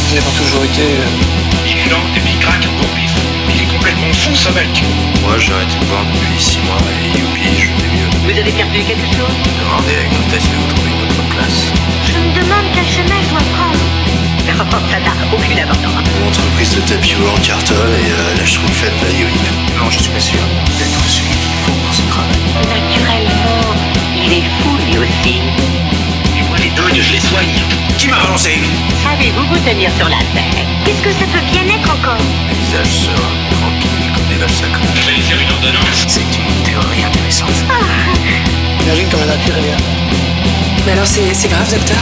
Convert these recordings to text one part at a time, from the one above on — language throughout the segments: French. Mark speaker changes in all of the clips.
Speaker 1: majorité.
Speaker 2: Il est lent et il craque un gros pif. Il est complètement fou ce mec.
Speaker 3: Moi j'ai arrêté de boire depuis 6 mois et youpi, je vais mieux.
Speaker 4: Vous avez perdu quelque chose
Speaker 3: Demandez avec nos tests de vous trouver une autre place.
Speaker 5: Je me demande quel chemin je dois prendre.
Speaker 4: Non, ça n'a aucune importance.
Speaker 3: Mon entreprise de tapis roulant cartonne et euh, là je trouve fête la Yoli. Non, je suis pas sûr d'être celui qu'il faut pour ce travail.
Speaker 4: Naturellement, il est fou lui aussi.
Speaker 2: Et moi les dingues, je les soigne.
Speaker 3: Qui m'a balancé
Speaker 4: Savez-vous vous tenir sur la tête
Speaker 5: Qu'est-ce que ça peut bien être encore
Speaker 3: Un visage serein, tranquille, comme des vaches sacrées.
Speaker 2: Je vais lui faire une ordonnance.
Speaker 3: C'est une théorie intéressante.
Speaker 1: Imagine comme un infirmière.
Speaker 6: Mais alors c'est c'est grave, docteur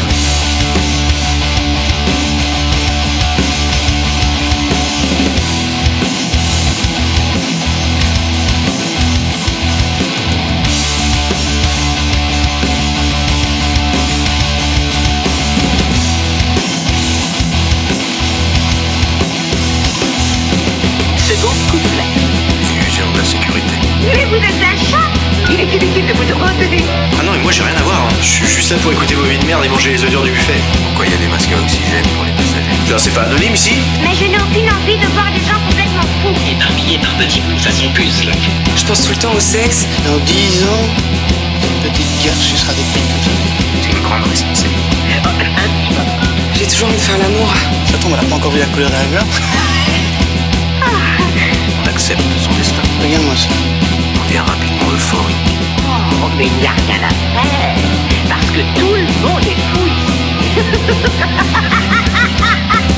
Speaker 4: Second couplet.
Speaker 3: Illusion de la sécurité.
Speaker 5: Mais vous êtes un chat
Speaker 4: Il est inutile de vous retenir.
Speaker 3: Ah non, mais moi j'ai rien à voir. hein. Je suis juste là pour écouter vos vies de merde et manger les odeurs du buffet. Pourquoi il y a des masques à oxygène pour les passagers Genre c'est pas anonyme ici
Speaker 5: Mais je n'ai aucune envie de voir des gens complètement fous.
Speaker 2: Éparpillé par petits bouts façon puzzle.
Speaker 6: Je pense tout le temps au sexe.
Speaker 1: Dans 10 ans, cette petite garce sucera des piles.
Speaker 3: C'est une grande responsabilité.
Speaker 4: Oh, un petit peu.
Speaker 6: J'ai toujours envie de faire l'amour.
Speaker 1: Ça tombe, elle a pas encore vu la couleur d'un mur.
Speaker 3: On accepte son destin.
Speaker 1: Regarde-moi ça.
Speaker 3: On devient rapidement euphorique.
Speaker 4: Oh, mais il n'y a rien à faire. Parce que tout le monde est fou ici.